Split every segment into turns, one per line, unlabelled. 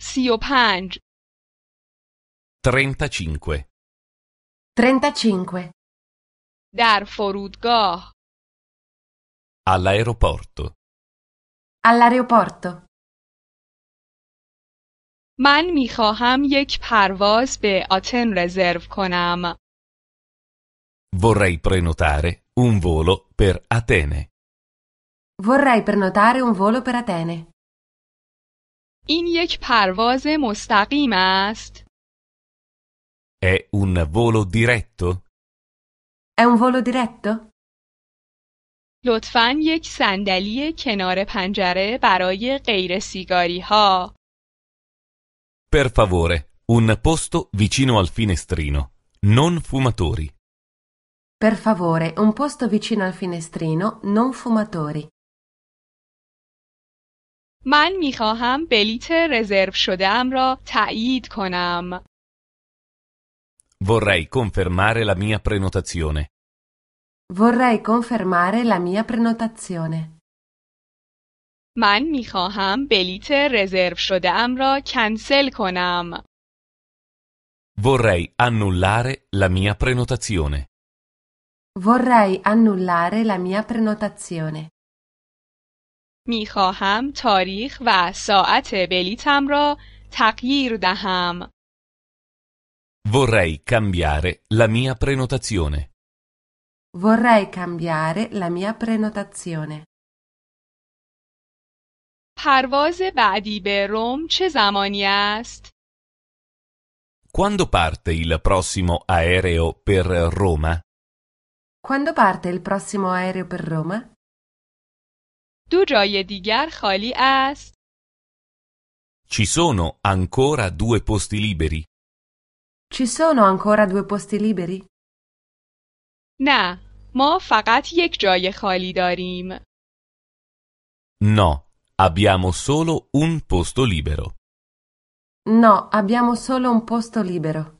سی و پنج
35.
35.
در فرودگاه
All'aeroporto.
All'aeroporto.
من میخواهم یک پرواز به آتن رزرو کنم.
Vorrei prenotare un volo per Atene.
Vorrei prenotare un volo per Atene.
این یک پرواز مستقیم است.
È un volo diretto?
È un volo diretto?
لطفا یک صندلی کنار پنجره برای غیر سیگاری ها.
Per favore, un posto vicino al finestrino. Non fumatori.
Per favore, un posto vicino al finestrino, non fumatori.
من میخواهم بلیت رزرو شدهام را تأیید کنم.
Vorrei confermare la mia prenotazione.
Vorrei confermare la mia prenotazione.
من میخواهم بلیت رزرو شدهام را کنسل کنم.
Vorrei annullare la mia prenotazione.
Vorrei annullare la mia prenotazione.
میخواهم تاریخ و ساعت بلیتم را تغییر دهم.
Vorrei cambiare la mia prenotazione.
Vorrei cambiare la mia prenotazione.
پرواز بعدی به روم چه زمانی است؟
Quando parte il prossimo aereo per Roma?
Quando parte il prossimo aereo per Roma?
دو جای دیگر خالی است.
Ci sono ancora due posti liberi?
Ci sono ancora due posti liberi?
نه، ما فقط یک جای خالی داریم.
No, abbiamo solo un posto libero.
No, abbiamo solo un posto libero.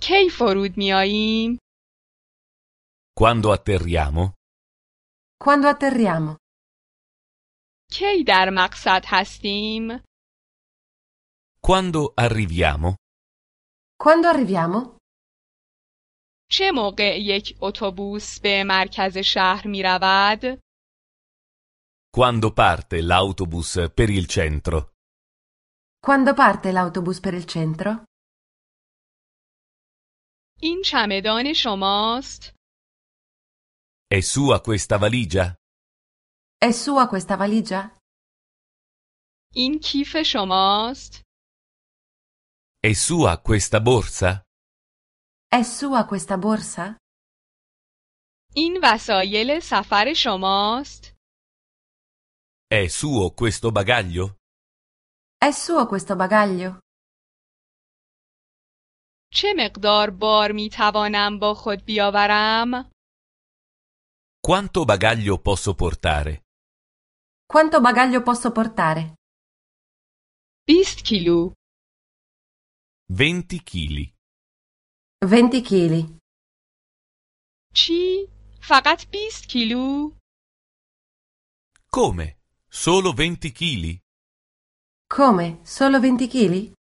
کی فرود میاییم؟
Quando atterriamo?
Quando atterriamo?
کی در مقصد هستیم؟
Quando arriviamo?
Quando arriviamo?
چه موقع یک اتوبوس به مرکز شهر می رود؟
Quando parte l'autobus per il centro?
Quando parte l'autobus per il centro?
این چمدان شماست؟
È sua questa valigia?
È sua questa valigia?
این کیف شماست؟
È sua questa borsa?
È sua questa borsa?
این وسایل سفر شماست؟
È suo questo bagaglio?
È suo questo bagaglio?
چه مقدار بار می توانم با خود بیاورم؟
Quanto bagaglio posso portare?
Quanto bagaglio posso portare?
20 کیلو
20 kg.
20 kg.
چی؟ فقط 20 کیلو؟
Come? Solo 20 kg?
Come? Solo 20 kg?